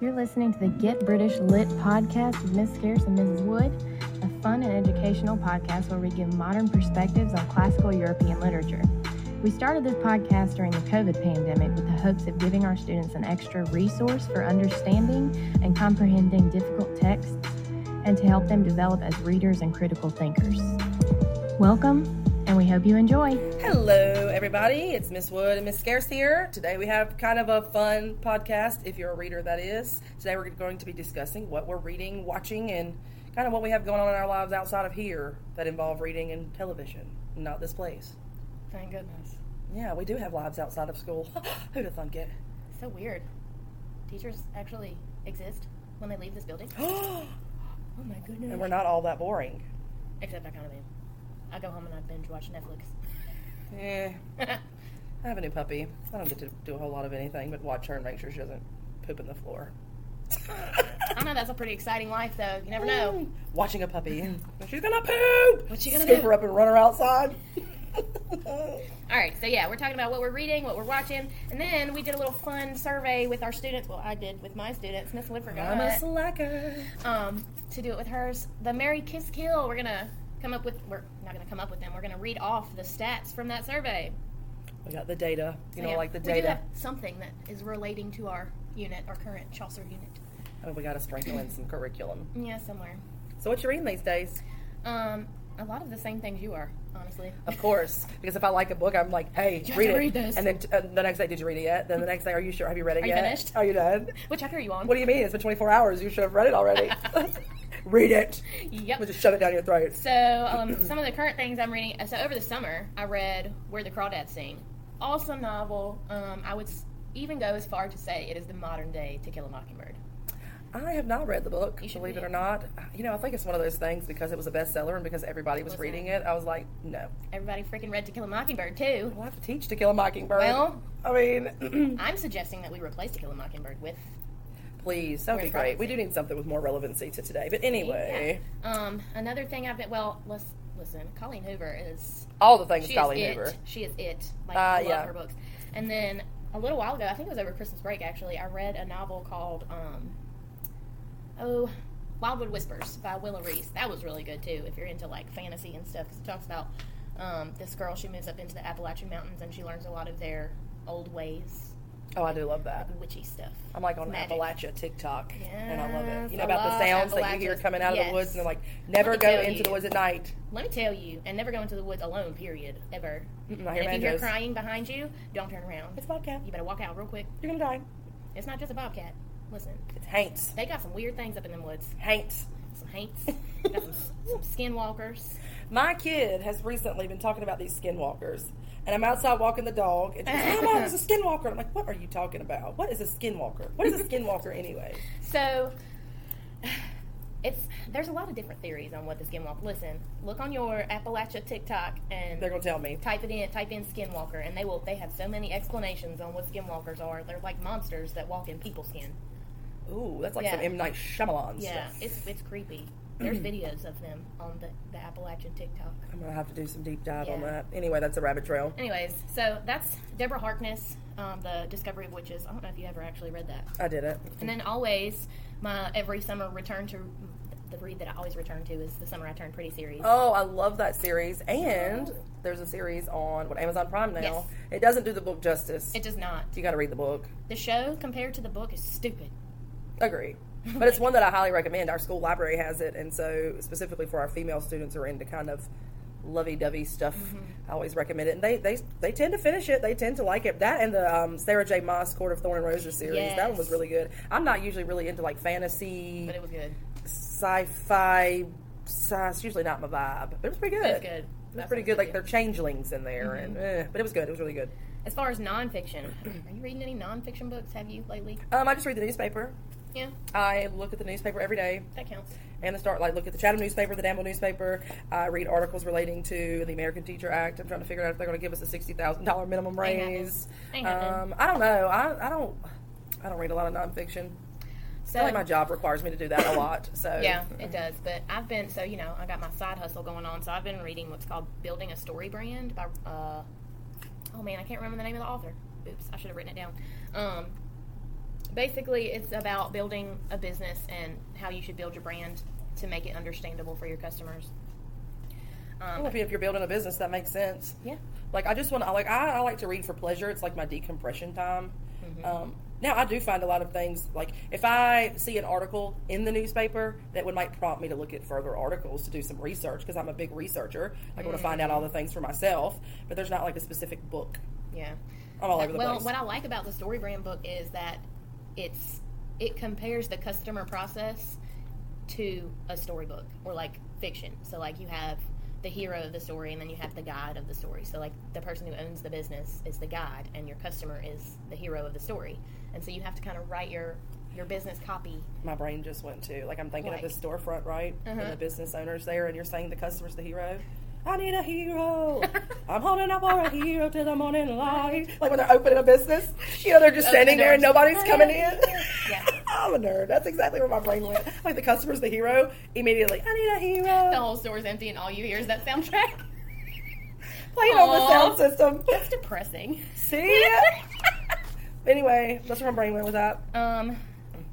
You're listening to the Get British Lit podcast with Ms. Scarce and Mrs. Wood, a fun and educational podcast where we give modern perspectives on classical European literature. We started this podcast during the COVID pandemic with the hopes of giving our students an extra resource for understanding and comprehending difficult texts and to help them develop as readers and critical thinkers. Welcome, and we hope you enjoy. Hello, everybody. It's Miss Wood and Miss Scarce here. Today we have kind of a fun podcast, if you're a reader, that is. Today we're going to be discussing what we're reading, watching, and kind of what we have going on in our lives outside of here that involve reading and television, not this place. Thank goodness. Yeah, we do have lives outside of school. Who'd have thunk it? So weird. Teachers actually exist when they leave this building. Oh my goodness. and we're not all that boring. Except I kind of am. I go home and I binge watch Netflix. Eh, I have a new puppy. I don't get to do a whole lot of anything but watch her and make sure she doesn't poop in the floor. I know that's a pretty exciting life, though. You never know. Watching a puppy. She's gonna poop! What's she gonna Scoop do? her up and run her outside. All right, so yeah, we're talking about what we're reading, what we're watching, and then we did a little fun survey with our students. Well, I did with my students. Miss Wood forgot I'm a slacker. um, to do it with hers. The Mary Kiss Kill. We're gonna come up with. We're not gonna come up with them. We're gonna read off the stats from that survey. We got the data. You know, Yeah, like the We do data. have something that is relating to our unit, our current Chaucer unit. I mean, we got to sprinkle in some curriculum. Yeah, somewhere. So, what you reading these days? Um, a lot of the same things you are, honestly. Of course, because if I like a book, I'm like, hey, You have read to it. read this. And then t- uh, the next day, did you read it yet? Then the next day, are you sure? Have you read it Are you yet? finished? Are you done? Which I hear you on. What do you mean? It's been 24 hours. You should have read it already. read it. Yep. We'll just shove it down your throat. So, um, some of the current things I'm reading. uh, So, over the summer, I read Where the Crawdads Sing. Awesome novel. Um, I would s- even go as far to say it is the modern day To Kill a Mockingbird. I have not read the book, You should believe read it or it. not. You know, I think it's one of those things because it was a bestseller and because everybody was Was it? reading it. I was like, no. Everybody freaking read To Kill a Mockingbird, too. Well, I have to teach To Kill a Mockingbird. Well- I mean, I'm suggesting that we replace To Kill a Mockingbird with. please, that would We're be great. We do practicing. need something with more relevancy to today. But anyway, Yeah. Um, another thing I've been. Well, let's, listen, Colleen Hoover is all the things She Colleen is Hoover. it. She is it. Like Ah, I love yeah. her books. And then a little while ago, I think it was over Christmas break actually, I read a novel called um, Oh, Wildwood Whispers by Willa Reese. That was really good too. If you're into like fantasy and stuff, because it talks about um, this girl. She moves up into the Appalachian Mountains and she learns a lot of their old ways, Oh, I do love that. witchy stuff. I'm like on Magic. Appalachia TikTok, and I love it. Yes, You know I about the love sounds that you hear Appalachias. coming out of the Yes. woods, and they're like, never me go tell into the you. woods at night. Let me tell you, and never go into the woods alone. Period. Ever. Mm-mm, Mm-hmm, I And hear if you hear banjos. crying behind you, don't turn around. It's Bobcat. You better walk out real quick. You're gonna die. It's not just a bobcat. Listen, It's Haints. they got some weird things up in them woods. Haints. Some haints, got some, some skinwalkers. My kid has recently been talking about these skinwalkers, and I'm outside walking the dog, and she's like, "Oh, Mom, there's a skinwalker." I'm like, "What are you talking about? What is a skinwalker? What is a skinwalker anyway?" So it's there's a lot of different theories on what the skinwalker. Listen, look on your Appalachia TikTok and They're gonna tell me. type it in. Type in skinwalker, and they will. They have so many explanations on what skinwalkers are. They're like monsters that walk in people's skin. Ooh, that's like some Yeah. M Night Shyamalan Yeah, stuff. it's it's creepy. There's videos of them on the, the Appalachian TikTok. I'm gonna have to do some deep dive on Yeah. that. Anyway, that's a rabbit trail. Anyways, so that's Deborah Harkness, um, the Discovery of Witches. I don't know if you ever actually read that. I did it. And then always my every summer return to the read that I always return to is the summer I turned pretty series. Oh, I love that series. And there's a series on what Amazon Prime now. Yes. It doesn't do the book justice. It does not. you got to read the book. The show compared to the book is stupid. Agree. But it's one that I highly recommend. Our school library has it, and so specifically for our female students who are into kind of lovey-dovey stuff, Mm-hmm. I always recommend it. And they, they they tend to finish it. They tend to like it. That and the um, Sarah J. Moss Court of Thorn and Roses series. That one was Yes. really good. I'm not usually really into like fantasy, But it was good. sci-fi. Sci- it's usually not my vibe. But it was pretty good. It was good. Mm-hmm. It was pretty good. Like they're changelings in there, and eh, but it was good. It was really good. As far as nonfiction, are you reading any nonfiction books? Have you lately? Um, I just read the newspaper. Yeah, I look at the newspaper every day, that counts. and the start like look at the Chatham newspaper, the Danville newspaper. I read articles relating to the American Teacher Act. I'm trying to figure out if they're going to give us a sixty thousand dollar minimum Ain't happening. raise. Ain't happening. Um, I don't know. I, I don't. I don't read a lot of nonfiction. I So feel like my job requires me to do that a lot. So Yeah, it does. But I've been so you know I got my side hustle going on, so I've been reading what's called "Building a Story Brand" by uh, oh man, I can't remember the name of the author. Oops, I should have written it down. Um, basically it's about building a business and how you should build your brand to make it understandable for your customers. Um, Well, if you're building a business, that makes sense. yeah, Like I just want to like I, I like to read for pleasure. It's like my decompression time. Um, now I do find a lot of things like if I see an article in the newspaper that would might prompt me to look at further articles to do some research because I'm a big researcher. Like I want to find out all the things for myself. But there's not like a specific book. yeah. I'm all over the well, place. what I like about the story brand book is that it's it compares the customer process to a storybook or like fiction. So like you have the hero of the story and then you have the guide of the story. So like the person who owns the business is the guide and your customer is the hero of the story. And so you have to kind of write your your business copy. my brain just went to. Like I'm thinking Like- of the storefront, right? Uh-huh. And the business owners there, and you're saying the customer's the hero. I need a hero. I'm holding up for a hero till the morning light. Like when they're opening a business, you know, they're just Open standing the there and doors. nobody's coming in. Yeah. I'm a nerd. That's exactly where my brain went. Like the customer's the hero. Immediately, I need a hero. The whole store's empty and all you hear is that soundtrack. Playing on the Aw. sound system. That's depressing. See? anyway, that's where my brain went with that. um,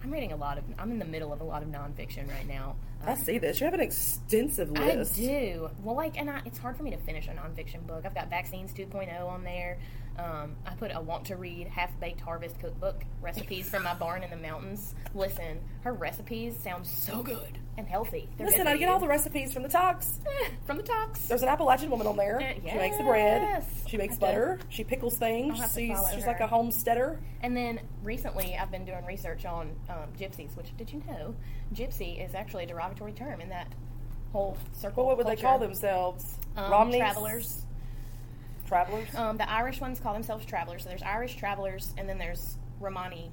I'm reading a lot of. I'm in the middle of a lot of nonfiction right now. I see this. You have an extensive I list. do. Well, like, and I, it's hard for me to finish a nonfiction book. I've got Vaccines 2.0 on there. Um, I put a want to read half baked harvest cookbook recipes from my barn in the mountains. Listen, her recipes sound so good and healthy. They're good Listen, for I get all you. the recipes from the talks. from the talks. There's an Appalachian woman on there. Uh, She makes the bread. yes. She makes I do. butter. She pickles things. I'll have to She's, follow she's her. like a homesteader. And then recently, I've been doing research on um, gypsies. Which did you know, gypsy is actually a derogatory term in that whole circle. Well, what would they call culture. themselves? Um, Romneys? travelers. Travelers. Um, the Irish ones call themselves travelers. So there's Irish travelers, and then there's Romani.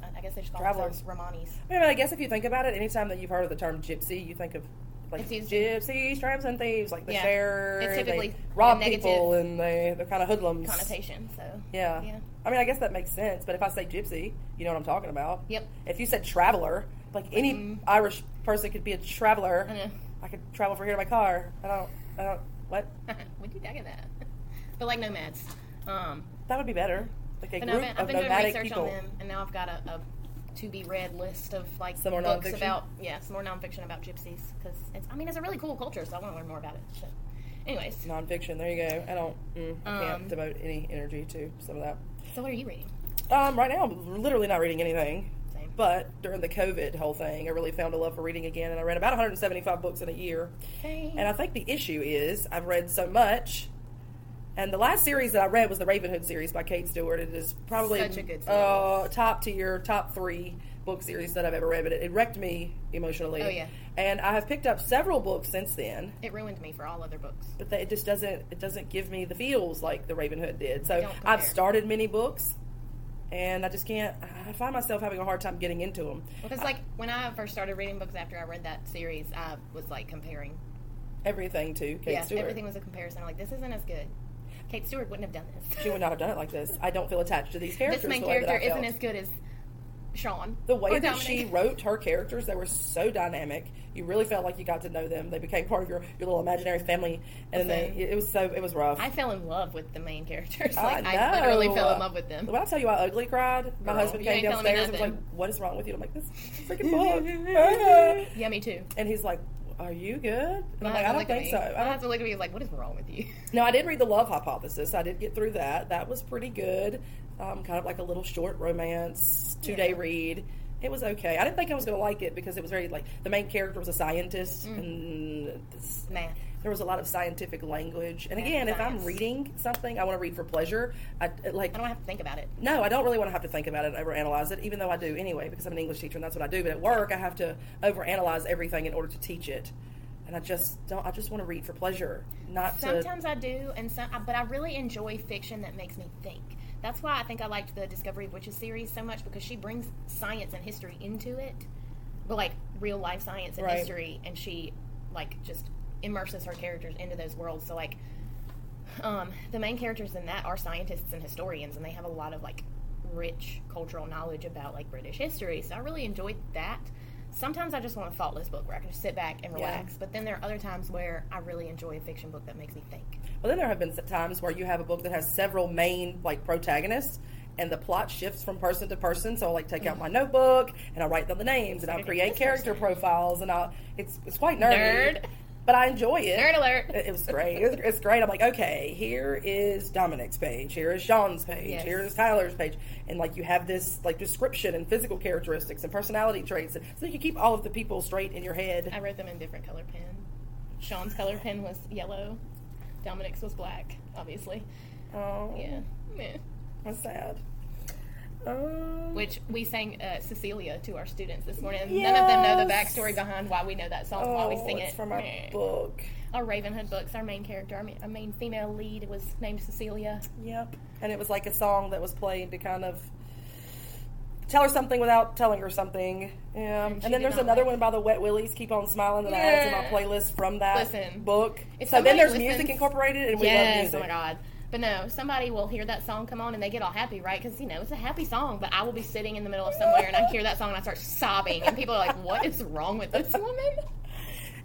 uh, I- I guess they just call Travelers. themselves Romanis. I mean, I guess if you think about it, anytime that you've heard of the term gypsy, you think of like It's used- gypsies, tramps, and thieves. Like the Yeah. share, It's typically they rob a negative people, and they they're kind of hoodlums. Connotation. So Yeah. Yeah. I mean, I guess that makes sense. But if I say gypsy, you know what I'm talking about. Yep. Mm-hmm. If you said traveler, like any Irish person could be a traveler. I know. I could travel from here to my car. I don't. I don't. What? we do that in that. But like nomads. Um, That would be better. Like a but group nomad, of I've been doing nomadic research people. on them, and now I've got a, a to be read list of like Some more books nonfiction? about yeah, some more nonfiction about gypsies because it's I mean it's a really cool culture, so I want to learn more about it. So, anyways, Nonfiction. There you go. I don't. Mm, I can't Um, devote any energy to some of that. so what are you reading? Um, right now, I'm literally not reading anything. Same. But during the COVID whole thing, I really found a love for reading again, and I read about 175 books in a year. Hey. And I think the issue is I've read so much. And the last series that I read was the Ravenhood series by Kate Stewart. It is probably Such a good series. uh, top tier, top three book series that I've ever read, but it, it wrecked me emotionally. Oh, yeah. And I have picked up several books since then, it ruined me for all other books. but they, it just doesn't it doesn't give me the feels like the Ravenhood did. So Don't compare. I've started many books, and I just can't. I find myself having a hard time getting into them. Because like when I first started reading books after I read that series, I was like comparing. Everything to Kate yeah, Stewart. everything was a comparison. I'm like, this isn't as good. Kate Stewart wouldn't have done this. She would not have done it like this. I don't feel attached to these characters. this main the way that I character felt. isn't as good as Sean. the way or that she Dominic. wrote her characters, they were so dynamic. You really felt like you got to know them. They became part of your, your little imaginary family, and then Listen. it, it was so it was rough. I fell in love with the main characters. I Like I, literally know. fell in love with them. When I tell you I ugly cried, my Girl, husband you came ain't telling me downstairs and was like, nothing. "What is wrong with you?" And I'm like, "This freaking book," Uh-huh. Yeah, me too. and he's like, "Are you good?" And I'm like, "I husband don't looked at think me. so." My I don't husband looked at me. He was like, "What is wrong with you?" Now I did read the Love Hypothesis. I did get through that. That was pretty good. Um, kind of like a little short romance, two day Yeah. read. It was okay. I didn't think I was going to like it because it was very like the main character was a scientist, Mm. and this, Math. there was a lot of scientific language. And Math again, if I'm science. reading something, I want to read for pleasure. I it, like. I don't have to think about it. no, I don't really want to have to think about it and overanalyze it, even though I do anyway, because I'm an English teacher and that's what I do. But at work, I have to overanalyze everything in order to teach it. And I just don't, I just want to read for pleasure, not to. Sometimes I do, and some, but I really enjoy fiction that makes me think. That's why I think I liked the Discovery of Witches series so much because she brings science and history into it, but like real life science and Right. history, and she like just immerses her characters into those worlds. So like, um, the main characters in that are scientists and historians, and they have a lot of like rich cultural knowledge about like British history. So I really enjoyed that. Sometimes I just want a thoughtless book where I can just sit back and Yeah. relax. But then there are other times where I really enjoy a fiction book that makes me think. Well, then there have been times where you have a book that has several main like protagonists, and the plot shifts from person to person. So I'll like take out my notebook and I'll write down the names and I'll create character profiles and I'll it's it's quite nerdy. Nerd. But I enjoy it. Nerd alert. It, it was great. It was, it's great. I'm like, okay, here is Dominic's page, here is Sean's page, Yes. here is Tyler's page, and like you have this like description and physical characteristics and personality traits, and, so you keep all of the people straight in your head. I wrote them in different color pen. Sean's color pen was yellow. Dominic's was black, obviously. Oh, Yeah. Meh. that's sad. Um, Which we sang uh, Cecilia to our students this morning. None of them know the Yes. backstory behind why we know that song, oh, why we sing it's it. from our Meh. book. Our Ravenhood books, our main character, our main, our main female lead was named Cecilia. Yep, and it was like a song that was played to kind of tell her something without telling her something. Yeah, and, she then did there's not another like one by the Wet Willies. Keep on smiling that I added to my Yeah. playlist from that Listen, book. if So then somebody there's listens- music incorporated, and we love yes, music. oh my god. But no, somebody will hear that song come on and they get all happy, right? Because you know it's a happy song. But I will be sitting in the middle of somewhere and I hear that song and I start sobbing, and people are like, "What is wrong with this woman?"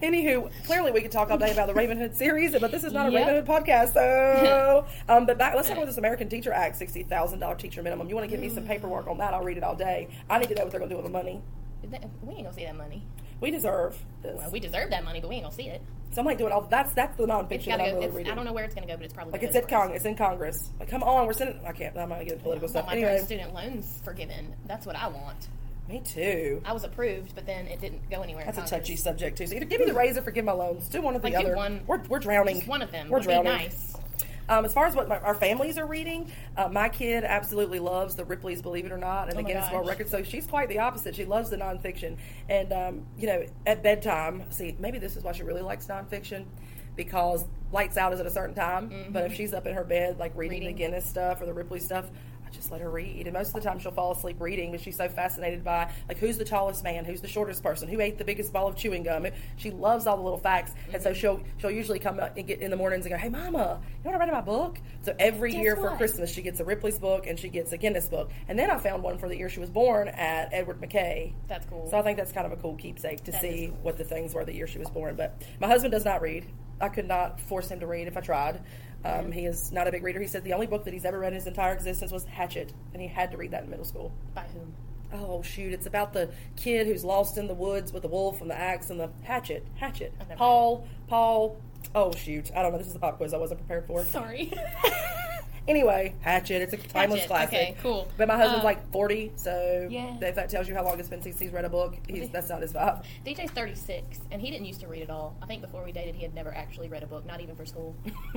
Anywho, clearly we could talk all day about the Ravenhood series, but this is not a Yep. Ravenhood podcast, so. um, but back, let's talk about this American Teacher Act, sixty thousand dollar teacher minimum. You want to give me Mm. some paperwork on that? I'll read it all day. I need to know what they're going to do with the money. That- We ain't gonna see that money. We deserve this. Well, we deserve that money, but we ain't gonna see it. so I'm like doing all that's that's the It's nonfiction that gotta I'm go. really it's- reading. I don't know where it's gonna go, but it's probably Like gonna it's go at Cong, it's in Congress. Like come on, we're sending. I can't. I'm not getting political I stuff. want my Anyway, parents' student loans forgiven. That's what I want. me too. I was approved, but then it didn't go anywhere. in That's a Congress. touchy subject too. So either give me the raise or forgive my loans. Do one or the Like, do other. one- we're we're drowning. Just one of them We're would be drowning. nice. Um, as far as what my, our families are reading, uh, my kid absolutely loves the Ripley's Believe It or Not and Oh the my Guinness World gosh. Record. So she's quite the opposite. She loves the nonfiction. And, um, you know, at bedtime, see, maybe this is why she really likes nonfiction because lights out is at a certain time. But if she's up in her bed, like reading, the Mm-hmm. Reading. Guinness stuff or the Ripley stuff, I just let her read. And most of the time she'll fall asleep reading, but she's so fascinated by, like, who's the tallest man? Who's the shortest person? Who ate the biggest ball of chewing gum? She loves all the little facts. And Mm-hmm. so she'll, she'll usually come up and get in the mornings and go, hey, mama, you know what I read in my book? So every every Guess year for what? Christmas, she gets a Ripley's book and she gets a Guinness book. And then I found one for the year she was born at Edward McKay. That's cool. So I think that's kind of a cool keepsake to That is see cool. what the things were the year she was born. But my husband does not read. I could not force him to read if I tried. Mm-hmm. Um, He is not a big reader. He said the only book that he's ever read in his entire existence was Hatchet, and he had to read that in middle school. By whom? Oh shoot! It's about the kid who's lost in the woods with the wolf and the axe and the hatchet. Hatchet. I've never Paul. Paul. Oh shoot! I don't know. This is a pop quiz. I wasn't prepared for. Sorry. Anyway, Hatchet. It's a timeless Hatchet, classic. okay, cool. But my husband's Um, like forty, so Yeah. if that tells you how long it's been since he's read a book, he's, that's not his vibe. DJ's 36, and he didn't used to read at all. I think before we dated, he had never actually read a book, not even for school.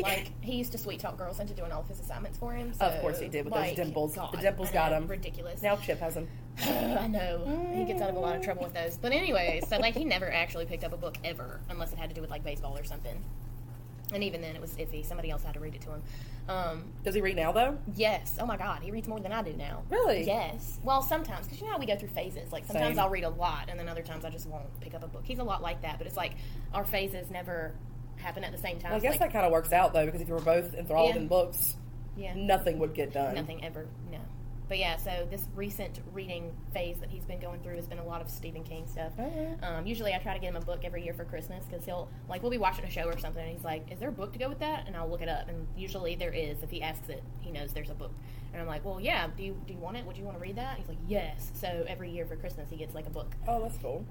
like, he used to sweet talk girls into doing all of his assignments for him. So, Of course he did with those like, dimples. God, The dimples I got know, him. Ridiculous. Now Chip has him. I know. He gets out of a lot of trouble with those. But anyway, so, like, he never actually picked up a book ever, unless it had to do with, like, baseball or something. And even then, it was iffy. Somebody else had to read it to him. Um, Does he read now though? Yes. Oh my God, he reads more than I do now. Really? Yes. Well, sometimes because you know how we go through phases. Like sometimes Same. I'll read a lot, and then other times I just won't pick up a book. He's a lot like that, but it's like our phases never happen at the same time. I It's guess like, that kind of works out though, because if you were both enthralled Yeah. in books, yeah, nothing would get done. nothing ever. No. But yeah, so this recent reading phase that he's been going through has been a lot of Stephen King stuff. Okay. Um, usually, I try to get him a book every year for Christmas because he'll like we'll be watching a show or something, and he's like, "Is there a book to go with that?" And I'll look it up, and usually there is. If he asks it, he knows there's a book, and I'm like, "Well, yeah. Do you do you want it? Would you want to read that?" He's like, "Yes." So every year for Christmas, he gets like a book. Oh, that's cool.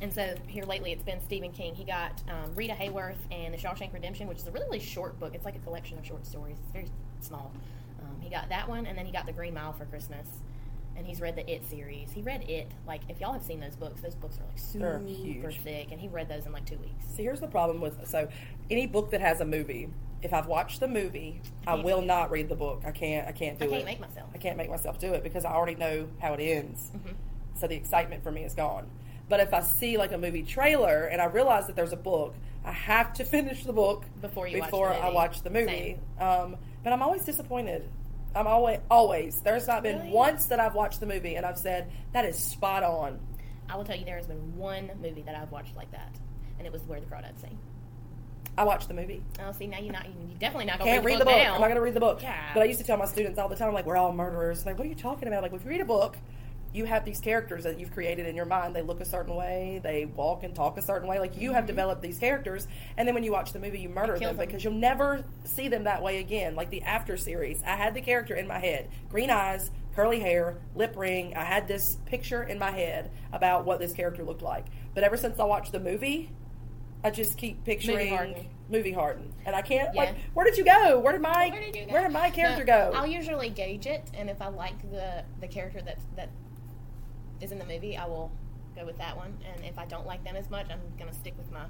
And so here lately, it's been Stephen King. He got um, Rita Hayworth and The Shawshank Redemption, which is a really, really short book. It's like a collection of short stories. It's very small. Um, he got that one, and then he got The Green Mile for Christmas. And he's read the It series. He read It. Like if y'all have seen those books, those books are like They're super huge. thick, and he read those in like two weeks. See, here's the problem with so any book that has a movie. If I've watched the movie, I, can't will do it. not read the book. I can't. I can't do Mm-hmm. it. I can't make myself. Mm-hmm. I can't make myself do it because I already know how it ends. So the excitement for me is gone. But if I see like a movie trailer and I realize that there's a book, I have to finish the book Before you watch the before I movie. watch the movie. Um, but I'm always disappointed. I'm always always. There's not been Really? once that I've watched the movie and I've said that is spot on. I will tell you, there has been one movie that I've watched like that, and it was Where the Crawdads Sing. I watched the movie. Oh, see, now you're not. You definitely not gonna can't read the book. now. I'm not going to read the book. Yeah. But I used to tell my students all the time, like, we're all murderers. Like, what are you talking about? Like, if you read a book, you have these characters that you've created in your mind. They look a certain way, they walk and talk a certain way. Like you have developed these characters, and then when you watch the movie, Mm-hmm. you murder kill them, them. because you'll never see them that way again. Like the After series, I had the character in my head: green eyes, curly hair, lip ring. I had this picture in my head about what this character looked like. But ever since I watched the movie, I just keep picturing movie Harden. Harden, and I can't. Yeah. Like, where did you go? Where did my Where did you go? where did my character No, go? I'll usually gauge it, and if I like the the character that that is in the movie, I will go with that one. And if I don't like them as much, I'm gonna stick with my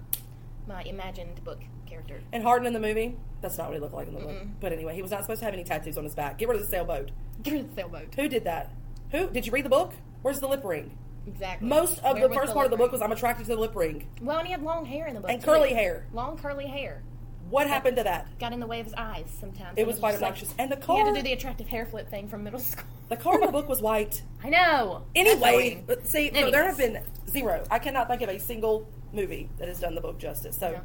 my imagined book character. And Harden in the movie, that's not what he looked like in the book. Mm-mm. But anyway, he was not supposed to have any tattoos on his back. Get rid of the sailboat. You're the sailboat. Who did that? Who did you read the book? Where's the lip ring? Exactly. Most of Where the was first part of the book lip was I'm attracted to the lip ring. ring? well, and he had long hair in the book And too. curly hair. Long curly hair What happened to that? got in the way of his eyes sometimes. It was quite just like- obnoxious. And the He had car, to do the attractive hair flip thing from middle school. the car in the book was white. I know. Anyway, That's annoying. but see, so there Anyways. have been zero. I cannot think of a single movie that has done the book justice. So Yeah.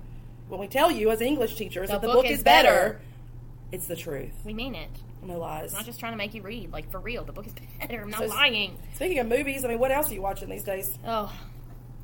when we tell you as English teachers The that the book book, is is better, better. it's the truth. we mean it. No lies. I'm not just trying to make you read. Like for real, the book is better. I'm not So- lying. Speaking of movies, I mean, what else are you watching these days? Oh,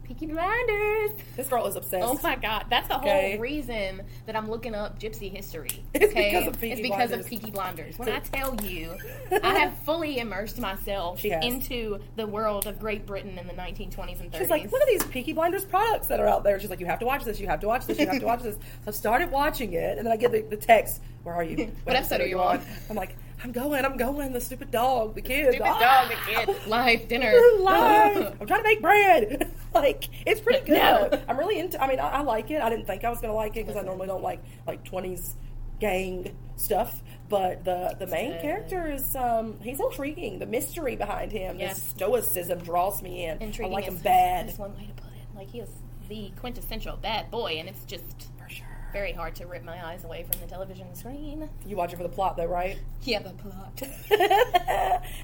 Peaky Blinders. This girl is obsessed. Oh my God, that's the whole Okay. reason that I'm looking up Gypsy history. It's because of Peaky it's because of Blinders. Peaky Blinders. When So- I tell you, I have fully immersed myself She has. into the world of Great Britain in the 1920s and 30s. She's like, what are these Peaky Blinders products that are out there? She's like, you have to watch this, you have to watch this, you have to watch this. So I started watching it, and then I get the, the text, where are you? What episode are you on? I'm like, I'm going, I'm going, the stupid dog, the kid. Ah." Stupid dog, the kid, life, dinner, Live. I'm trying to make bread. like it's pretty good. No. I'm really into. I mean, I, I like it. I didn't think I was gonna like it because I normally don't like like 20s gang stuff. But the the main Uh, character is um he's intriguing. The mystery behind him, Yes. his stoicism draws me in. Intriguing I like him is- bad. Is one way to put it. Like he is the quintessential bad boy, and it's just For sure. very hard to rip my eyes away from the television screen. You watch it for the plot though, right? Yeah, the plot.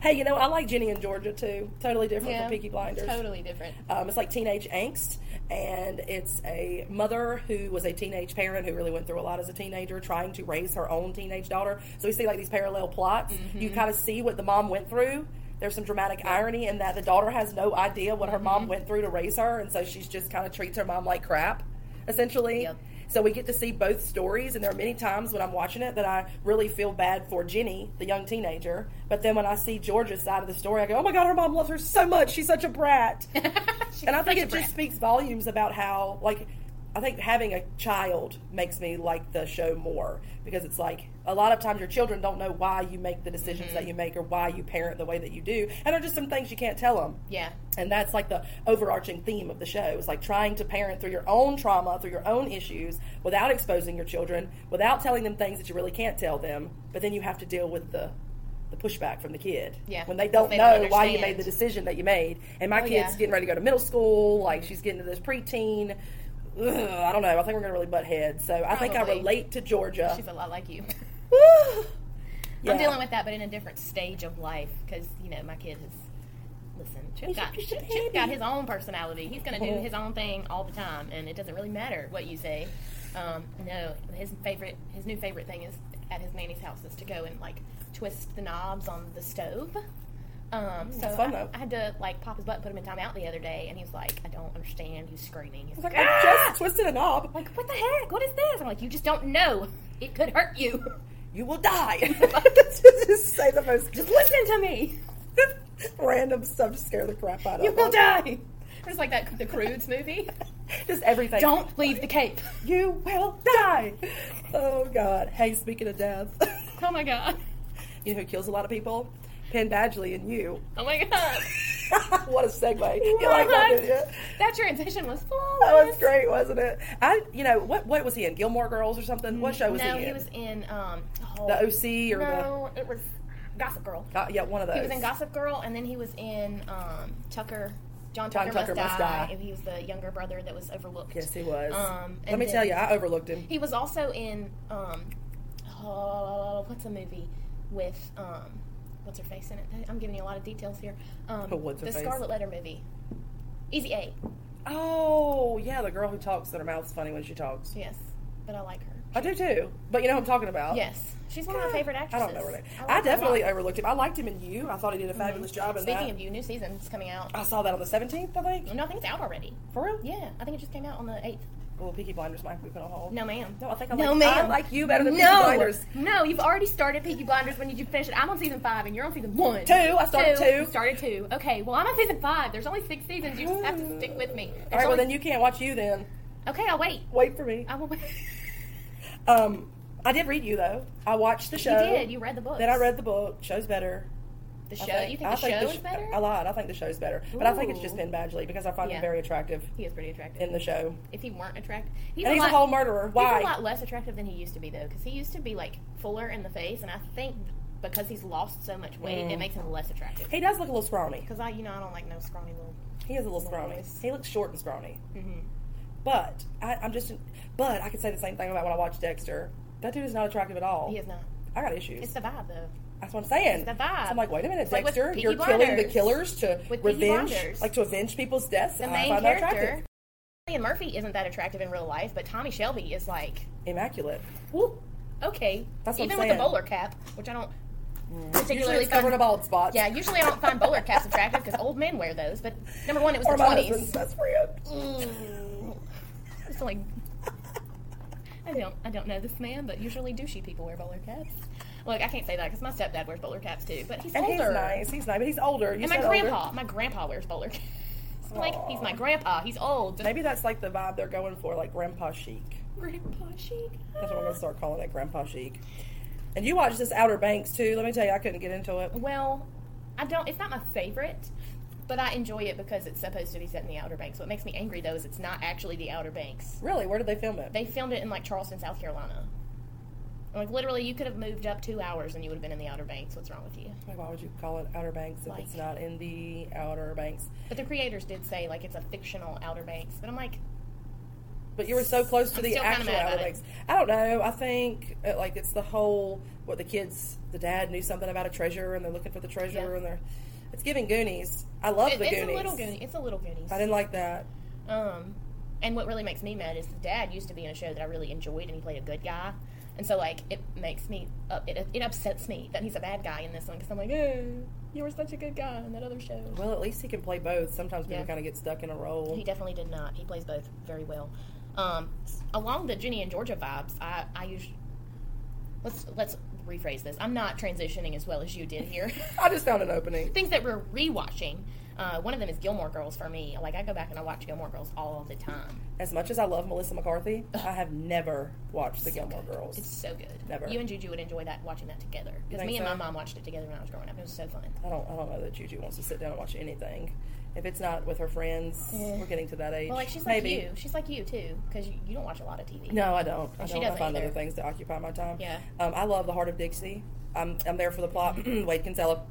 hey, you know I like Jenny and Georgia too. Totally different Yeah. from Peaky Blinders. totally different. Um, it's like teenage angst, and it's a mother who was a teenage parent who really went through a lot as a teenager, trying to raise her own teenage daughter. So we see like these parallel plots. You kind of see what the mom went through. There's some dramatic irony in that the daughter has no idea what her mom went through to raise her, and so she's just kind of treats her mom like crap, essentially. Yep. So we get to see both stories, and there are many times when I'm watching it that I really feel bad for Jenny, the young teenager. But then when I see Georgia's side of the story, I go, "Oh my God, her mom loves her so much. She's such a brat." and I think it just speaks volumes about how, like, I think having a child makes me like the show more because it's like a lot of times your children don't know why you make the decisions that you make or why you parent the way that you do, and there are just some things you can't tell them. yeah. And that's like the overarching theme of the show is like trying to parent through your own trauma, through your own issues, without exposing your children, without telling them things that you really can't tell them. But then you have to deal with the the pushback from the kid Yeah, when they don't they know don't why you made understand. the decision that you made. And my Oh, kid's yeah. getting ready to go to middle school, like she's getting to this preteen. Ugh, I don't know. I think we're gonna really butt heads. So I think I Probably. relate to Georgia. She's a lot like you. Woo! Yeah. I'm dealing with that, but in a different stage of life because you know my kid has. Listen, Chip He's got, just a Chip, baby. Mm-hmm. Chip got his own personality. He's going to do his own thing all the time, and it doesn't really matter what you say. Um, no, his favorite, his new favorite thing is at his nanny's house is to go and like twist the knobs on the stove. Um, so Mm, that's fun, I, though. I had to like pop his butt, and put him in timeout the other day, and he was like, "I don't understand." He's screaming. He's It's like, like "Ah!" I just twisted a knob. "Like what the heck? What is this?" I'm like, "You just don't know. It could hurt you. You will die. just say the most. Just listen to me." random stuff to scare the crap out of You will them. die. It's like that the Crudes movie. Just everything. Don't leave the Cape. You will die. Oh God. Hey, speaking of death, Oh my god. you know who kills a lot of people? Penn Badgley and you. Oh my god. what a segue. You like that, What? didn't you? That transition was That was flawless. great, wasn't it? I, you know, what what was he in? Gilmore Girls or something? What show was no, he in? he was in um. Oh, the OC or no, it was Gossip Girl. the? Uh, yeah, one of those. He was in Gossip Girl, and then he was in um Tucker. John John Tucker, Tucker must, Must die. Die. and He was the younger brother that was overlooked. Yes, he was. Um, Let and me then- tell you, I overlooked him. He was also in um, oh, what's a movie with um, what's her face in it? I'm giving you a lot of details here. Um, But what's her the face? Scarlet Letter movie? Easy A. Oh, yeah, the girl who talks that her mouth's funny when she talks. Yes, but I like her. I do too. But you know who I'm talking about. Yes, she's one of my favorite I actresses. don't know her name. like I, her a definitely lot. overlooked him. I liked him in You. I thought he did a fabulous job in Speaking that. of you, new season's coming out. I saw that on the 17th, I think. No, I think it's out already. For real? Yeah, I think it just came out on the eighth. Well, Peaky Blinders might be put on hold. No, ma'am. No, I think I no, like- ma'am. I like you better than no. Peaky Blinders. No, you've already started Peaky Blinders when did you finish it? I'm on season five and you're on season one. Two. I started two. You started two. Okay, well, I'm on season five. There's only six seasons. You just have to stick with me. All right, There's well, only- then you can't watch You then. Okay, I'll wait. Wait for me. I will wait. Um, I did read You, though. I watched the You show. did. You read the book. Then I read the book. Show's better. the I show. you think I the show sh- is better? I lied. I think the show's better. But I think it's just Ooh. Ben Badgley because I find Yeah. him very attractive He is pretty attractive. in the show. if he weren't attractive, he's, and he's lot, a whole murderer. Why? He's a lot less attractive than he used to be though, because he used to be like fuller in the face, and I think because he's lost so much weight, Mm. it makes him less attractive. He does look a little scrawny. Because I, you know, I don't like no scrawny little. He is a little scrawny. Nice. Mm-hmm. He looks short and scrawny. But I, I'm just. But I could say the same thing about when I watch Dexter. That dude is not attractive at all. He is not. I got issues. It's the vibe though. That's what I'm saying. it's the vibe. So I'm like, wait a minute, It's like with Dexter, Peaky you're killing the Blinders. killers to With Peaky revenge, Blinders. like to avenge people's deaths. The I main find that character, attractive. Cillian Murphy, isn't that attractive in real life, but Tommy Shelby is like, immaculate. whoop, okay. That's what I'm Even with the saying. Mm. bowler cap, which I don't particularly Usually it's find- covered in bald spots. Yeah, usually I don't find bowler caps attractive because old men wear those. But number one, it was or the my twenties. husband's best friend. It's like I don't I don't know this man, but usually douchey people wear bowler caps. Look, I can't say that because my stepdad wears bowler caps too, but he's And older. he's nice. He's nice, but he's older. You And my said older. grandpa, my grandpa wears bowler caps. I'm like he's my grandpa. He's old. Maybe that's like the vibe they're going for, like grandpa chic. grandpa chic. That's what I'm gonna start calling it, grandpa chic. And you watched this Outer Banks too. Let me tell you, I couldn't get into it. Well, I don't. It's not my favorite, but I enjoy it because it's supposed to be set in the Outer Banks. What makes me angry though is it's not actually the Outer Banks. Really, where did they film it? They filmed it in like Charleston, South Carolina. Like literally, you could have moved up two hours and you would have been in the Outer Banks. What's wrong with you? Like, why would you call it Outer Banks if it's Like- not in the Outer Banks? But the creators did say like it's a fictional Outer Banks. But I'm like, But you were so close to I'm the still kinda actual mad about Outer it. Banks. I don't know. I think uh, like it's the whole what the kids, the dad knew something about a treasure and they're looking for the treasure Yeah. and they're it's giving Goonies. I love it- the it's Goonies. a little Goonies. It's a little Goonies. I didn't like that. Um, and what really makes me mad is the dad used to be in a show that I really enjoyed, and he played a good guy. And so like it makes me uh, it it upsets me that he's a bad guy in this one because I'm like, eh, you were such a good guy in that other show. Well, at least he can play both. Sometimes people Yeah. kind of get stuck in a role. He definitely did not. He plays both very well. Um, s- along the Ginny and Georgia vibes, I, I usually let's let's rephrase this. I'm not transitioning as well as you did here. I just found an opening. Things that we're rewatching. Uh, one of them is Gilmore Girls for me. Like I go back and I watch Gilmore Girls all the time. As much as I love Melissa McCarthy, I have never watched The Gilmore Girls. It's so good. Never. You and Juju would enjoy that watching that together because think me and so? my mom watched it together when I was growing up. It was so fun. I don't. I don't know that Juju wants to sit down and watch anything. If it's not with her friends, Eh. we're getting to that age. Well, like she's Maybe. like you. She's like you too because you, you don't watch a lot of TV. No, I don't. I And she don't. I doesn't find either. other things to occupy my time. Yeah. Um, I love The Heart of Dixie. I'm, I'm there for the plot. Wade Kinsella.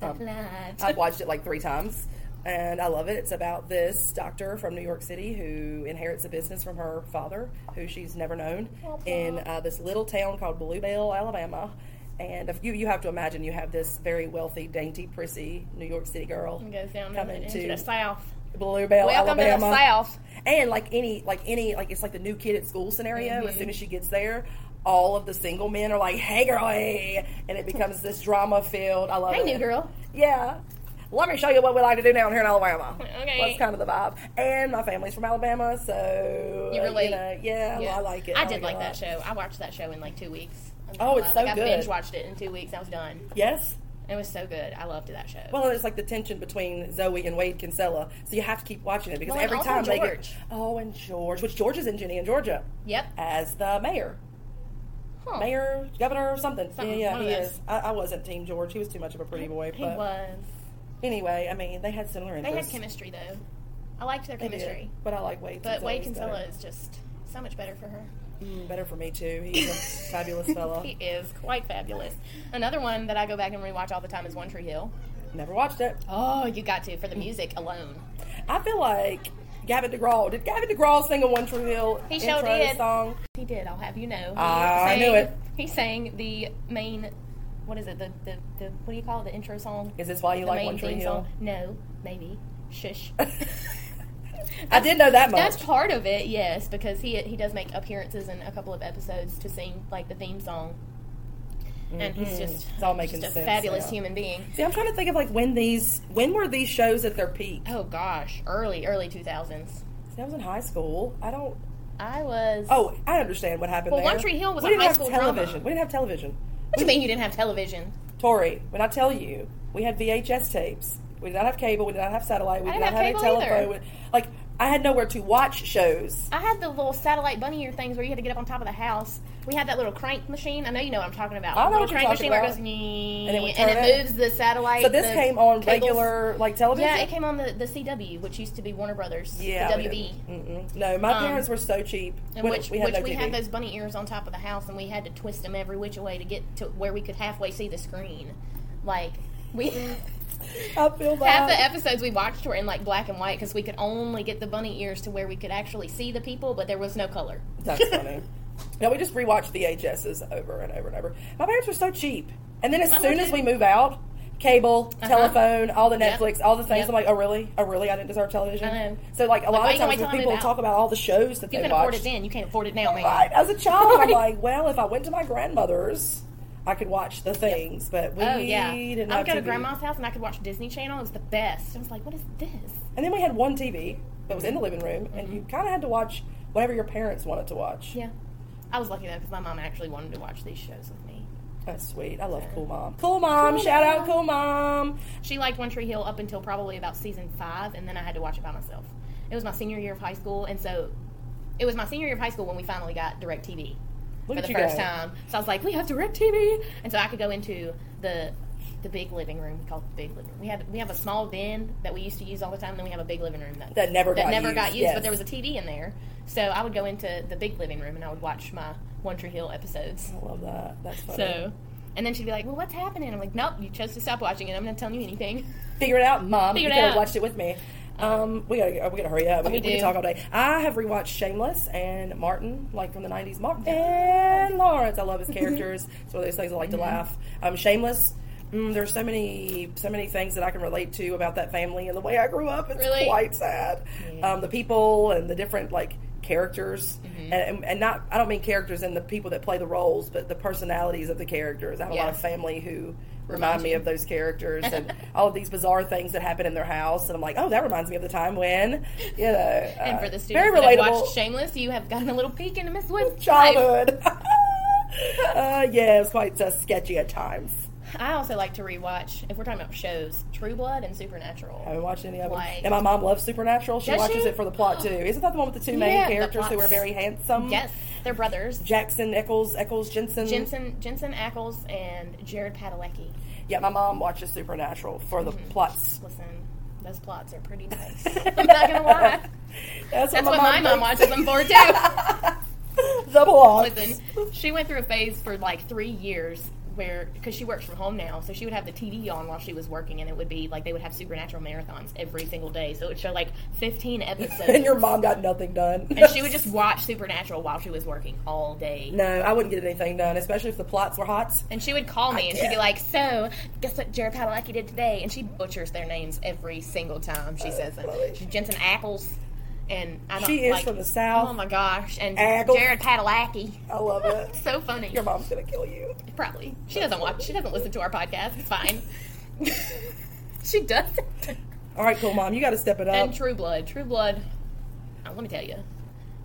Um, Lies. I've watched it like three times, and I love it. It's about this doctor from New York City who inherits a business from her father, who she's never known, in uh, this little town called Bluebell, Alabama. And if you you have to imagine you have this very wealthy, dainty, prissy New York City girl And goes down coming into to the south. Bluebell, Welcome Alabama. to the south. And like any, like any, like it's like the new kid at school scenario. As Mm-hmm. soon as she gets there, all of the single men are like, "Hey, girl, hey," and it becomes this drama filled. I love Hey, it. new girl. Yeah. Let me show you what we like to do down here in Alabama. Okay. That's kind of the vibe. And my family's from Alabama, so You uh, relate. know, yeah, Yeah. I like it. I, did it a like that lot. show. I watched that show in like two weeks. I'm not Oh, gonna it's lie. so like, good. I binge watched it in two weeks. I was done. Yes. It was so good. I loved that show. Well, it's like the tension between Zoe and Wade Kinsella, so you have to keep watching it because Well, and every also time they get George. oh, and George, which George is in Ginny and Georgia yep. as the mayor. Huh. uh, mayor, governor, or something. Something, Yeah, one yeah, of he those. is. I, I wasn't Team George. He was too much of a pretty boy. he But was. anyway, I mean, they had similar They interests. had chemistry though. I liked their They did. chemistry. But I like Wade. But Wade Kinsella's Kinsella is just so much better for her. better. Mm, better for me too. He's a fabulous fella. He is quite fabulous. Another one that I go back and rewatch all the time is One Tree Hill. Never watched it. Oh, you got to for the music alone. I feel like Gavin DeGraw. Did Gavin DeGraw sing a One Tree Hill He intro sure did. song? He did. I'll have you know. He Ah, I knew it. He sang the main. What is it? The the, the what do you call it? The intro song. Is this why you the like main One Tree theme Hill? song? No, maybe. Shush. I did know that much. That's part of it, yes, because he he does make appearances in a couple of episodes to sing like the theme song, and he's just Mm-hmm. It's all making just a sense fabulous now. human being. See, I'm trying to think of like when these when were these shows at their peak? Oh gosh, early early two thousands. See, I was in high school. I don't. I was. Oh, I understand what happened Well, there. One Tree Hill was we a didn't high have school drama. television. We didn't have television. what do you mean you didn't have television? Tori, when I tell you, we had VHS tapes. We did not have cable. We did not have satellite. We I did not didn't have, have a cable either. telephone. Like I had nowhere to watch shows. I had the little satellite bunny ear things where you had to get up on top of the house. We had that little crank machine. I know you know what I'm talking about. I know the little what you're crank talking machine where it about. goes and And it would and turn it it. moves the satellite. So this the came on cables. regular like television. Yeah, it came on the, the CW, which used to be Warner Brothers. Yeah, the we WB. didn't. Mm-mm. No, my Um, parents were so cheap. And when which we had which no we TV. had those bunny ears on top of the house, and we had to twist them every which way to get to where we could halfway see the screen. Like we I feel bad. half the episodes we watched were in like black and white because we could only get the bunny ears to where we could actually see the people, but there was no color. That's funny. No, we just rewatched VHSs over and over and over. My parents were so cheap. And then as Mine were soon as too. Uh-huh. we move out, cable, telephone, all the Yep. Netflix, all the things, Yep. I'm like, oh really? Oh really? I didn't deserve television. I know. So like a lot why of you gonna times when wait till I people move out? talk about all the shows that If you they can watched, afford it then, you can't afford it now, man. right? As a child, I'm Right. like, well, if I went to my grandmother's, I could watch the things, but we Oh yeah, I didn't would have go to TV. grandma's house and I could watch Disney Channel. It was the best. I was like, what is this? And then we had one TV that was in the living room, and you kind of had to watch whatever your parents wanted to watch. Mm-hmm. Yeah, I was lucky though because my mom actually wanted to watch these shows with me. That's sweet. I love Cool Mom. Cool Mom. shout out Cool Mom. She liked One Tree Hill up until probably about season five, and then I had to watch it by myself. It was my senior year of high school, and so it was my senior year of high school when we finally got DirecTV Look for at the you first go. time. So I was like, we have DirecTV, and so I could go into the the big living room. We call it the big living room. We had we have a small bin that we used to use all the time. Then we have a big living room that That never that got never used, got used, yes. but there was a TV in there. So I would go into the big living room and I would watch my One Tree Hill episodes. I love that. That's funny. So. And then she'd be like, "Well, what's happening?" I'm like, "Nope, you chose to stop watching it. I'm not telling you anything." figure it out, Mom. Figure you it could have out. Oh. watched it with me. Um, we gotta go- we gotta hurry up. We, We can- we can do. talk all day. I have rewatched Shameless and Martin, like from the '90s. Martin and Lawrence. I love his characters. it's one of those things I like Mm-hmm. to laugh. Um, Shameless. Mm, there's so many so many things that I can relate to about that family and the way I grew up. It's Really? quite sad. Um, the people and the different like characters Mm-hmm. and, and, and not I don't mean characters and the people that play the roles, but the personalities of the characters. I have a lot Yeah. of family who remind me of those characters and all of these bizarre things that happen in their house. And I'm like, oh, that reminds me of the time when, you know, And uh, for the students very that have relatable watched Shameless, you have gotten a little peek into Miss Wood's life. childhood. uh, yeah, it's quite uh, sketchy at times. I also like to rewatch, if we're talking about shows, True Blood and Supernatural. I haven't watched any of them. Like- and my mom loves Supernatural. She Does watches she? it for the plot too. Isn't that the one with the two main Yeah, the characters who plots. are very handsome? Yes, they're brothers. Jackson Eccles, Eccles Jensen. Jensen Jensen Ackles and Jared Padalecki. Yeah, my mom watches Supernatural for the Mm-hmm. plots. Listen, those plots are pretty nice. I'm not gonna lie. That's That's what my mom thinks. watches them for too. The plots. Listen, she went through a phase for like three years where, because she works from home now, so she would have the TV on while she was working, and it would be like they would have supernatural marathons every single day. So it would show like 15 episodes. and your mom got nothing done. and she would just watch Supernatural while she was working all day. No, I wouldn't get anything done, especially if the plots were hot. And she would call me and she'd be like, So, guess what Jared Padalecki did today? And she butchers their names every single time she says them. funny. She's Jensen Ackles. And I don't She is like- from the South. Oh my gosh. And Ackles. Jared Padalecki. I love it. So funny. Your mom's gonna kill you. Probably. She doesn't watch, she doesn't listen to our podcast. It's fine. she doesn't. All right, cool, mom. You got to step it up. And True Blood. True Blood, uh, let me tell you,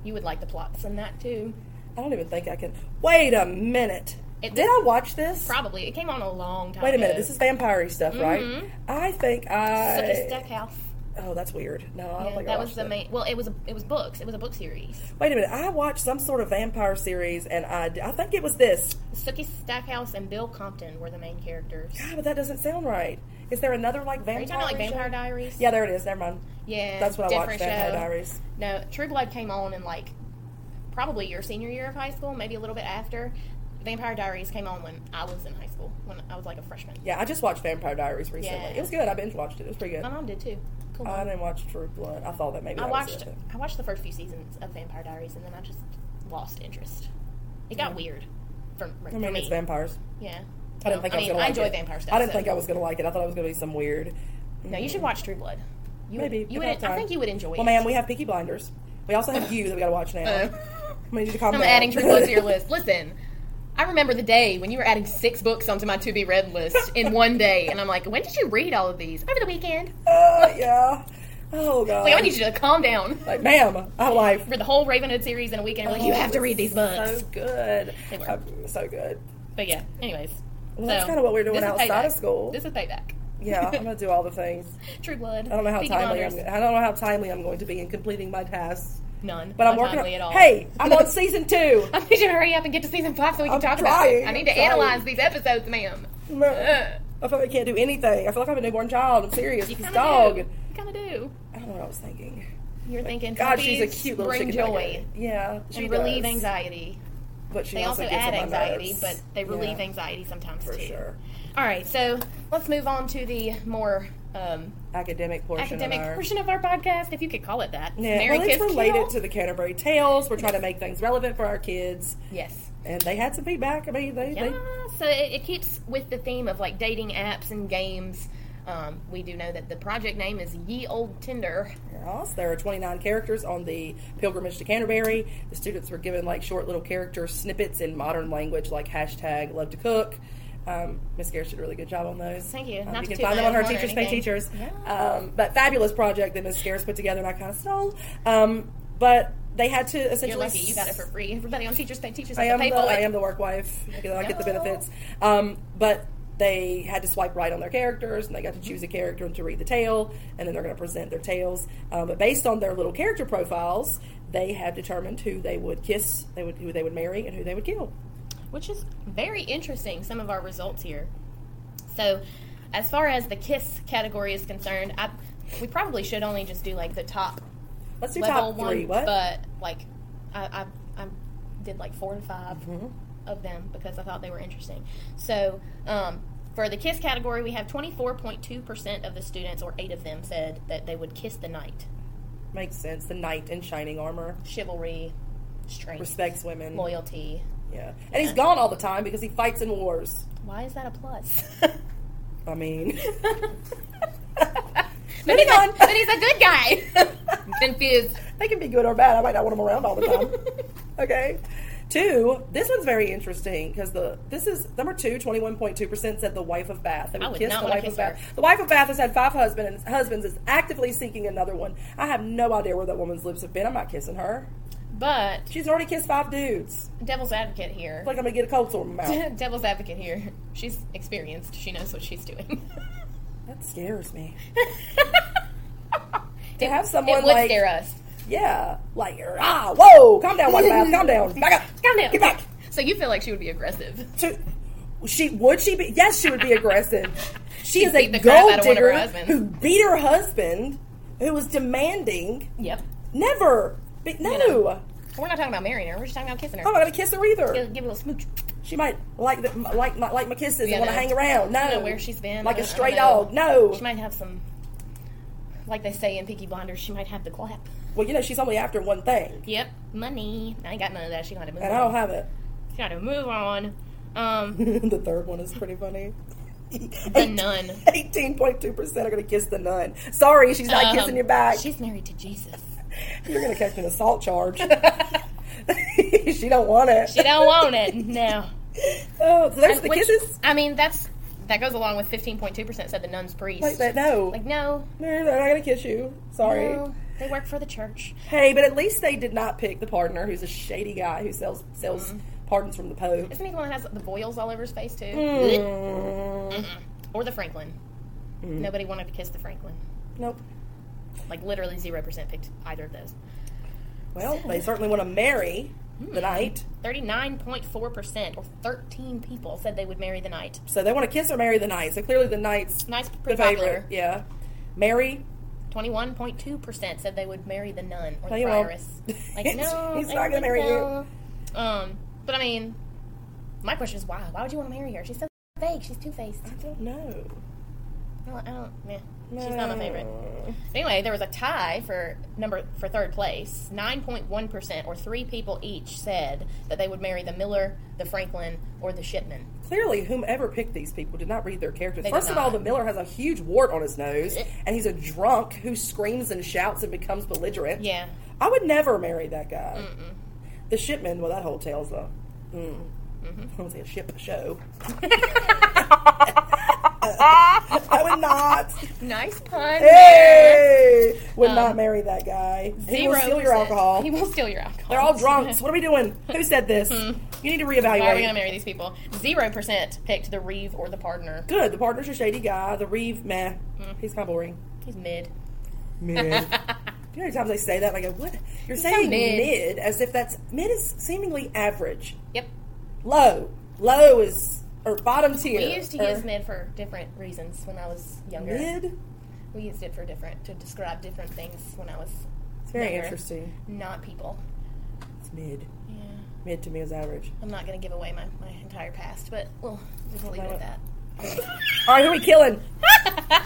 you would like the plots in that too. I don't even think I can. Wait a minute. It- Did I watch this? Probably. It came on a long time Wait a minute. ago. This is vampire stuff, Mm-hmm. right? I think Such a I. stuck house. Oh, that's weird. No, I don't Yeah, think I that watched was the main. Well, it was a, it was books. It was a book series. Wait a minute. I watched some sort of vampire series, and I, I think it was this. Sookie Stackhouse and Bill Compton were the main characters. God, Ah, but that doesn't sound right. Is there another like vampire? Are you talking about, like Vampire show? Diaries? Yeah, there it is. Never mind. yeah. That's what I watched. different Vampire show. Diaries. No, True Blood came on in like probably your senior year of high school, maybe a little bit after. Vampire Diaries came on when I was in high school, when I was like a freshman. Yeah, I just watched Vampire Diaries recently. Yeah. It was good. I binge watched it. It was pretty good. My mom did too. Cool. I didn't watch True Blood. I thought that maybe I that was watched it. I watched the first few seasons of Vampire Diaries and then I just lost interest. It got weird for, for I mean, me. it's vampires. yeah. I didn't think I, I was mean, gonna I like enjoy it. vampire stuff. I didn't so- think I was gonna like it. I thought it was gonna be some weird. No, you should watch True Blood. You Maybe, Would, you would, about time. I think you would enjoy Well, it. ma'am, we have Peaky Blinders. We also have you that we got to watch now. I'm Uh, gonna need you to calm I'm down. adding True Blood to your list. Listen, I remember the day when you were adding six books onto my to be read list in one day, and I'm like, when did you read all of these? Over the weekend. Uh, yeah. Oh god. Like, I need you to calm down. like, ma'am, our life. For the whole Ravenhood series in a weekend, I'm like, you have to read these books. Oh, So good. They were. Uh, so good. But yeah, anyways. Well, that's kinda what we're doing this is outside of payback. school. This is payback. Yeah, I'm gonna do all the things. True Blood. I don't know how Peaky timely I'm. Blinders. I don't know how timely I'm going to be in completing my tasks. None. But I'm Not working. timely on, at all. Hey, I'm on season two. I need you to hurry up and get to season five so we can I'm talk about trying, it. I need I'm to trying. analyze these episodes, ma'am. I Ugh. feel like I can't do anything. I feel like I'm a newborn child. I'm serious. You This kinda dog. do. You kinda do. I don't know what I was thinking. You're thinking, God, she's a puppies cute little bring chicken joy nugget. Yeah, she and relieve does. anxiety. But she They also, gets add on my anxiety, nerves. but they relieve Yeah, anxiety sometimes for too. sure. All right, so let's move on to the more um, Academic portion. academic of our, portion of our podcast, if you could call it that. Yeah, Mary well, it's Kiss related Kill? to the Canterbury Tales. We're trying to make things relevant for our kids, yes. and they had some feedback. I mean, they, Yeah, so it, it keeps with the theme of like dating apps and games. Um, we do know that the project name is Ye Old Tinder. they yes, there are 29 characters on the Pilgrimage to Canterbury. The students were given like short little character snippets in modern language, like hashtag love to cook. Um, Miss Garris did a really good job on those. Thank you. Um, you Not to can toot find my them on own her horn or Teachers Pay anything. Teachers. Yeah. Um, but fabulous project that Miss Garris put together, and I kind of stole. Um, but they had to essentially. You're lucky you got it for free. Everybody on Teachers Pay Teachers I has am to pay the, for it. I am the work wife. I get, I get the No. benefits. Um, but they had to swipe right on their characters, and they got to choose a character and to read the tale, and then they're going to present their tales. Um, but based on their little character profiles, they have determined who they would kiss, they would who they would marry, and who they would kill. which is very interesting. Some of our results here. So, as far as the kiss category is concerned, I, we probably should only just do like the top Let's do level top one, three. What? but like I, I, I did like four and 5 Mm-hmm. of them because I thought they were interesting. So um, for the kiss category, we have twenty four point two percent of the students, or eight of them, said that they would kiss the knight. Makes sense. The knight in shining armor Chivalry, strength, respects women. loyalty. Yeah, and he's gone all the time because he fights in wars. Why is that a plus? I mean, But he's, Moving a, on. but he's a good guy. Confused. they can be good or bad. I might not want them around all the time. Okay. Two, this one's very interesting because the this is number two, 21.2% said the wife of Bath. They I would kiss not the wanna wife kiss of her. Bath. The wife of Bath has had five husbands husbands is actively seeking another one. I have no idea where that woman's lips have been. I'm not kissing her. But She's already kissed five dudes. devil's advocate here. It's like I'm gonna get a cold sore in my mouth. Devil's advocate here. She's experienced. She knows what she's doing. That scares me. to have someone, it would like- scare us. Yeah. Like ah, whoa, calm down, wife of Bath, calm down. Back up. Calm down. Get back. So you feel like she would be aggressive? to she would she be yes she would be aggressive she is a beat the crap gold out of one of her digger husbands. who beat her husband who was demanding Yep. never but no know. We're not talking about marrying her. We're just talking about kissing her. I'm not gonna kiss her either. Give, give her a little smooch. She might like the, like my like my kisses Yeah, and want to no. hang around. No, I don't know where she's been. like I a don't- I stray don't dog. No, She might have some, like they say in Peaky Blinders, she might have the clap. well you know she's only after one thing, Yep. Money. I ain't got none of that. She got to move and I on. don't have it. She got to move on. Um, the third one is pretty funny. the nun. Eighteen point two percent are gonna kiss the nun. Sorry, she's not Um, kissing your back. She's married to Jesus. You're gonna catch an assault charge. she don't want it. She don't want it. No. Oh, so there's the Which- kisses. I mean, that's that goes along with 15.2% said the nun's priest. Like that? No, Like, no, no, they're not gonna kiss you. Sorry. no, they work for the church. Hey, but at least they did not pick the partner who's a shady guy who sells sells Mm-hmm. pardons from the Pope. Isn't he the one that has the boils all over his face too? Hmm. Mm. Or the Franklin. Mm-hmm. Nobody wanted to kiss the Franklin. Nope. Like literally zero percent picked either of those. Well, they certainly want to marry Hmm. the knight, Thirty-nine point four percent, or thirteen people, said they would marry the knight. so they want to kiss or marry the knight. So clearly, the knight's Nice, pretty the popular. favorite. Yeah, marry. Twenty-one point two percent said they would marry the nun or No, the you won't. friaress. Like, no, He's not I don't gonna marry think you. so. Um, but I mean, my question is why? Why would you want to marry her? She's so fake. She's two-faced. I don't know. No, I don't. Yeah. She's not my favorite. Anyway, there was a tie for number for third place. Nine point one percent, or three people each, said that they would marry the Miller, the Franklin, or the Shipman. Clearly, whomever picked these people did not read their characters. They did First of all, not. the Miller has a huge wart on his nose, and he's a drunk who screams and shouts and becomes belligerent. Yeah, I would never marry that guy. The shipman, well, that whole tale's a, mm, Mm-hmm. I don't say a ship show. I would not. nice pun. there. Hey, would not marry that guy. he will Um, Zero steal your percent. alcohol. He will steal your alcohol. They're all drunks. What are we doing? Who said this? You need to reevaluate. Mm-hmm. Why are we gonna marry these people? Zero percent picked the Reeve or the partner. Good. The partner's a shady guy. The Reeve, meh. Mm. He's kind of boring. He's mid. Mid. you know, times I say that, and I go, "What? You're saying mid." mid as if that's mid is seemingly average. Yep. Low. Low is or bottom tier. We used to or use mid for different reasons when I was younger. Uh, Mid. We used it for different to describe different things when I was It's very younger. interesting. not people. It's mid. Yeah. Mid to me is average. I'm not gonna give away my, my entire past, but we'll just leave it at that. All right, who are we killing?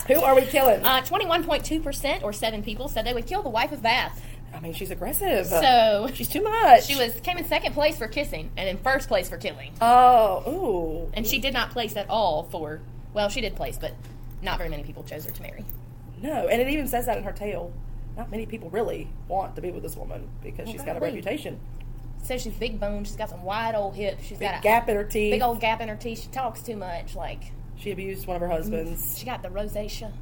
who are we killing? Uh, 21.2% or seven people said they would kill the wife of Bath. I mean, she's aggressive. So she's too much. she was came in second place for kissing and in first place for killing. Uh. Oh, ooh. And she did not place at all for well, she did place, but not very many people chose her to marry. No, and it even says that in her tale. Not many people really want to be with this woman because she's got a golly. reputation. Says she's big boned, she's got some wide old hips, she's Big got a gap in her teeth. big old gap in her teeth, she talks too much, like She abused one of her husbands. She got the rosacea.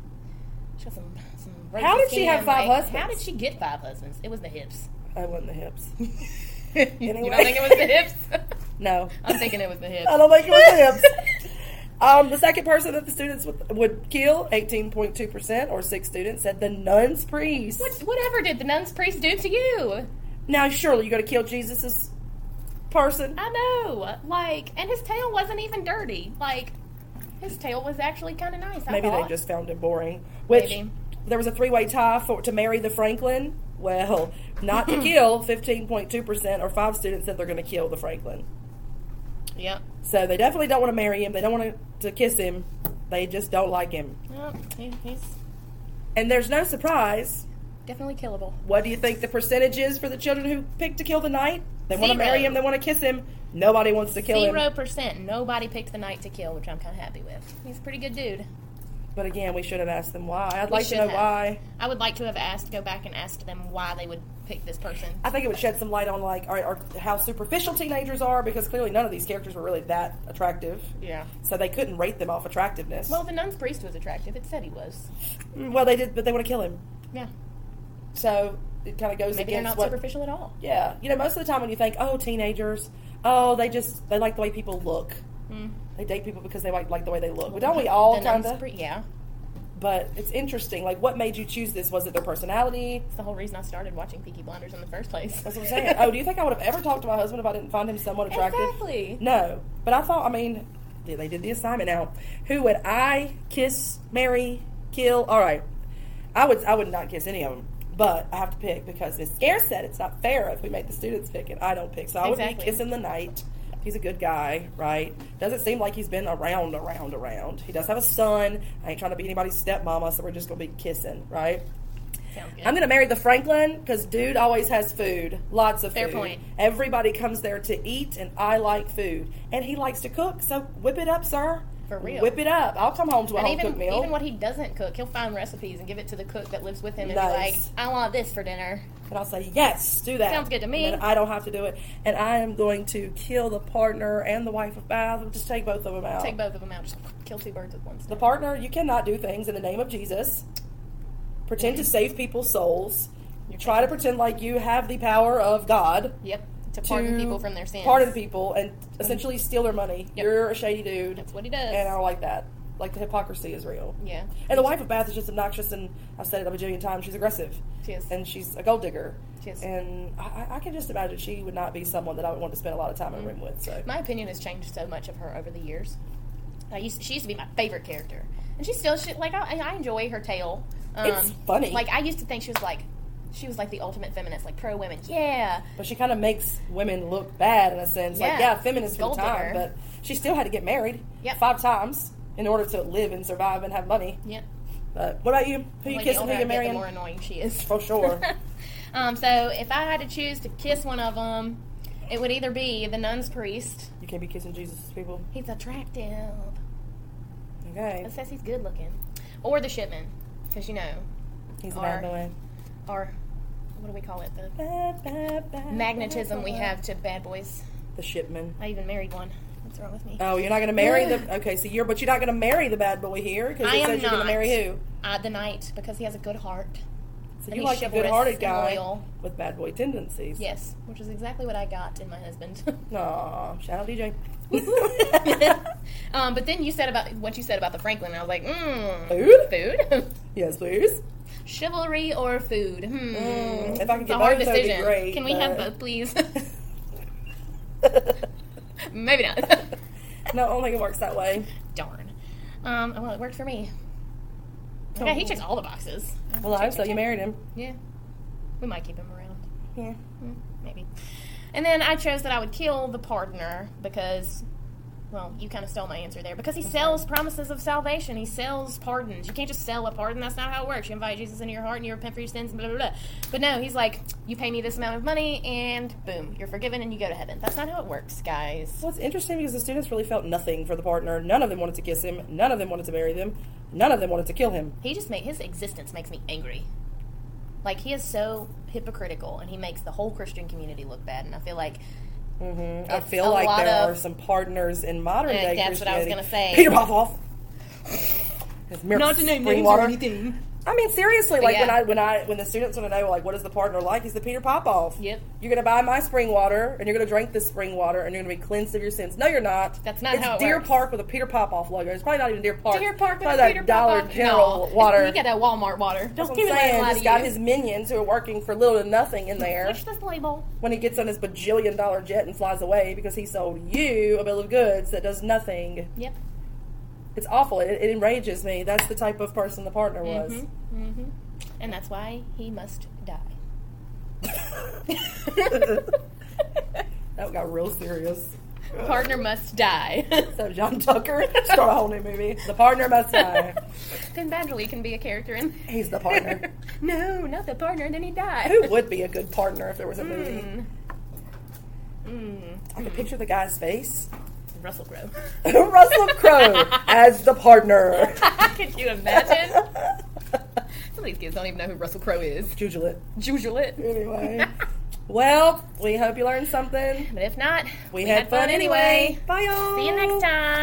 She got some. some How did rosy she have skin, five like, husbands? How did she get five husbands? It was the hips. I wasn't the hips. You don't Anyway. think it was the hips? No, I'm thinking it was the hips. I don't think it was the hips. Um, the second person that the students would, would kill, eighteen point two percent, or six students, said the nuns priest. What, whatever did the nun's priest do to you? Now, surely you're going to kill Jesus's person? I know. Like, and his tail wasn't even dirty. Like, his tail was actually kind of nice. I Maybe they thought. just found him boring. Which Maybe. there was a three-way tie for to marry the Franklin. Well, not to kill, fifteen point two percent, or five students said they're going to kill the Franklin. Yep. So they definitely don't want to marry him. They don't want to, to kiss him. They just don't like him. Yep. He, he's And there's no surprise. definitely killable. What do you think the percentage is for the children who pick to kill the knight? They want to Zero. marry him. They want to kiss him. Nobody wants to kill Zero him. percent. Nobody picked the knight to kill, which I'm kind of happy with. He's a pretty good dude. But again, we should have asked them why. I'd like to should know have. why. I would like to have asked, go back and asked them why they would pick this person. I think it would shed some light on like all right, or how superficial teenagers are because clearly none of these characters were really that attractive. Yeah. So they couldn't rate them off attractiveness. Well, the nun's priest was attractive. It said he was. Mm, well they did, but they want to kill him. Yeah. So it kind of goes Maybe they're against not what. superficial at all. Yeah, you know, most of the time when you think, oh, teenagers, oh, they just they like the way people look. They date people because they like like the way they look. But don't we all the nun's kind of? pri- yeah. But it's interesting. Like, what made you choose this? Was it their personality? It's the whole reason I started watching Peaky Blinders in the first place. That's what I'm saying. oh, do you think I would have ever talked to my husband if I didn't find him somewhat attractive? Exactly. No, but I thought, I mean, they- they did the assignment now. Who would I kiss, marry, kill? All right, I would. I would not kiss any of them, but I have to pick because Miss Scare said it's not fair if we make the students pick and I don't pick. So I would be Exactly. kissing the knight. He's a good guy, right? Doesn't seem like he's been around, around, around. He does have a son. I ain't trying to be anybody's stepmama, so we're just gonna be kissing, right? Sounds good. I'm gonna marry the Franklin because dude always has food, lots of Fair food. point. Everybody comes there to eat, and I like food, and he likes to cook. So whip it up, sir. For real. Whip it up. I'll come home to a and home even cooked meal. even what he doesn't cook, he'll find recipes and give it to the cook that lives with him and Nice. be like, "I want this for dinner." and I'll say yes, do that. Sounds good to me. And then I don't have to do it, and I am going to kill the partner and the wife of Bath. We'll just take both of them out. Take both of them out, just kill two birds with one the stone. partner, you cannot do things in the name of Jesus. Pretend to save people's souls. You try to pretend like you have the power of God. Yep, to pardon to people from their sins. Mm-hmm. Pardon people and essentially steal their money. Yep. You're a shady dude, That's what he does. and I don't like that. Like the hypocrisy is real. yeah, And the wife of Bath is just obnoxious, and I've said it a bajillion times. She's aggressive, she is. and she's a gold digger. She is. And I, I- I can just imagine she would not be someone that I would want to spend a lot of time in a room with. So Mm-hmm. My opinion has changed so much of her over the years. I used she used to be my favorite character, and she still she, like I, I enjoy her tale. Um, It's funny. Like I used to think she was like she was like the ultimate feminist, like pro women. Yeah, But she kind of makes women look bad in a sense. Like, Yeah. yeah, feminist for Gold the time, digger. but she still had to get married Yep. five times in order to live and survive and have money. yeah. But what about you? Who you Like, the kissing? older Who I you get, the marrying? more annoying she is. For sure. um, so if I had to choose to kiss one of them, it would either be the nun's priest. You can't be kissing Jesus, people. He's attractive. Okay. It says he's good looking. Or the shipman, because you know, He's a Or- bad boy. our what do we call it? The Bad, bad, bad magnetism we boy. have to bad boys. The shipman. I even married one. What's wrong with me? Oh, you're not going to marry the. Okay, so you're. But you're not going to marry the bad boy here because I it am says you're going to not. marry who? Uh, the knight, because he has a good heart. So And you he's like a chivalrous good-hearted and guy loyal. with bad boy tendencies. Yes, which is exactly what I got in my husband. Aw, shout out DJ. um, but then you said about what you said about the Franklin. and I was like, mm, Food? food, Yes, please. chivalry, or food. Hmm. Mm, if I could it's a get hard both, that'd be decision. great, Can we but- have both, please? Maybe not. no, I don't think it works that way. Darn. Um, well, it worked for me. Okay, he checks all the boxes. Well, I hope so. You married him. Yeah, we might keep him around. Yeah. Mm, maybe. And then I chose that I would kill the pardoner because, well, you kind of stole my answer there. Because he sells promises of salvation. He sells pardons. You can't just sell a pardon. That's not how it works. You invite Jesus into your heart and you repent for your sins and blah, blah, blah. But no, he's like, you pay me this amount of money and boom, you're forgiven and you go to heaven. That's not how it works, guys. Well, it's interesting because the students really felt nothing for the partner. None of them wanted to kiss him. None of them wanted to marry them. None of them wanted to kill him. He just made his existence makes me angry. Like, he is so hypocritical and he makes the whole Christian community look bad. And I feel like Mm, I It's feel Mm-hmm. a like lot there of- are some partners in modern Yeah, day. that's what I was Christianity. gonna say. Peter Popoff. His mirror spring water. anything. I mean, seriously, like when yeah. I when I when the students want to know, like, what is the partner like? He's the Peter Popoff. Yep. You're gonna buy my spring water, and you're gonna drink this spring water, and you're gonna be cleansed of your sins. No, you're not. That's not it's how it Deer works. Park with a Peter Popoff logo. It's probably not even Deer Park. Deer Park Probably with that Peter Dollar Popoff. General No, water. You get that Walmart water. That's Don't what give I'm it that saying. lie He's to got you. his minions who are working for little to nothing in there Push this label. when he gets on his bajillion dollar jet and flies away because he sold you a bill of goods that does nothing. Yep. It's awful. It, it enrages me. That's the type of person the partner was. hmm hmm And that's why he must die. Mm-hmm. That got real serious. Partner must die. So John Tucker start a whole new movie. The partner must die. then Badgerly can be a character in. He's the partner. no, not the partner. Then he died. Who would be a good partner if there was a movie? Hmm. Mm. I can picture the guy's face. Russell Crowe. Russell Crowe as the partner. Could you imagine? Some of these kids don't even know who Russell Crowe is. Jujulate. Jujulit. Anyway. Well, we hope you learned something. But if not, We, had, fun, anyway. Bye, y'all. See you next time.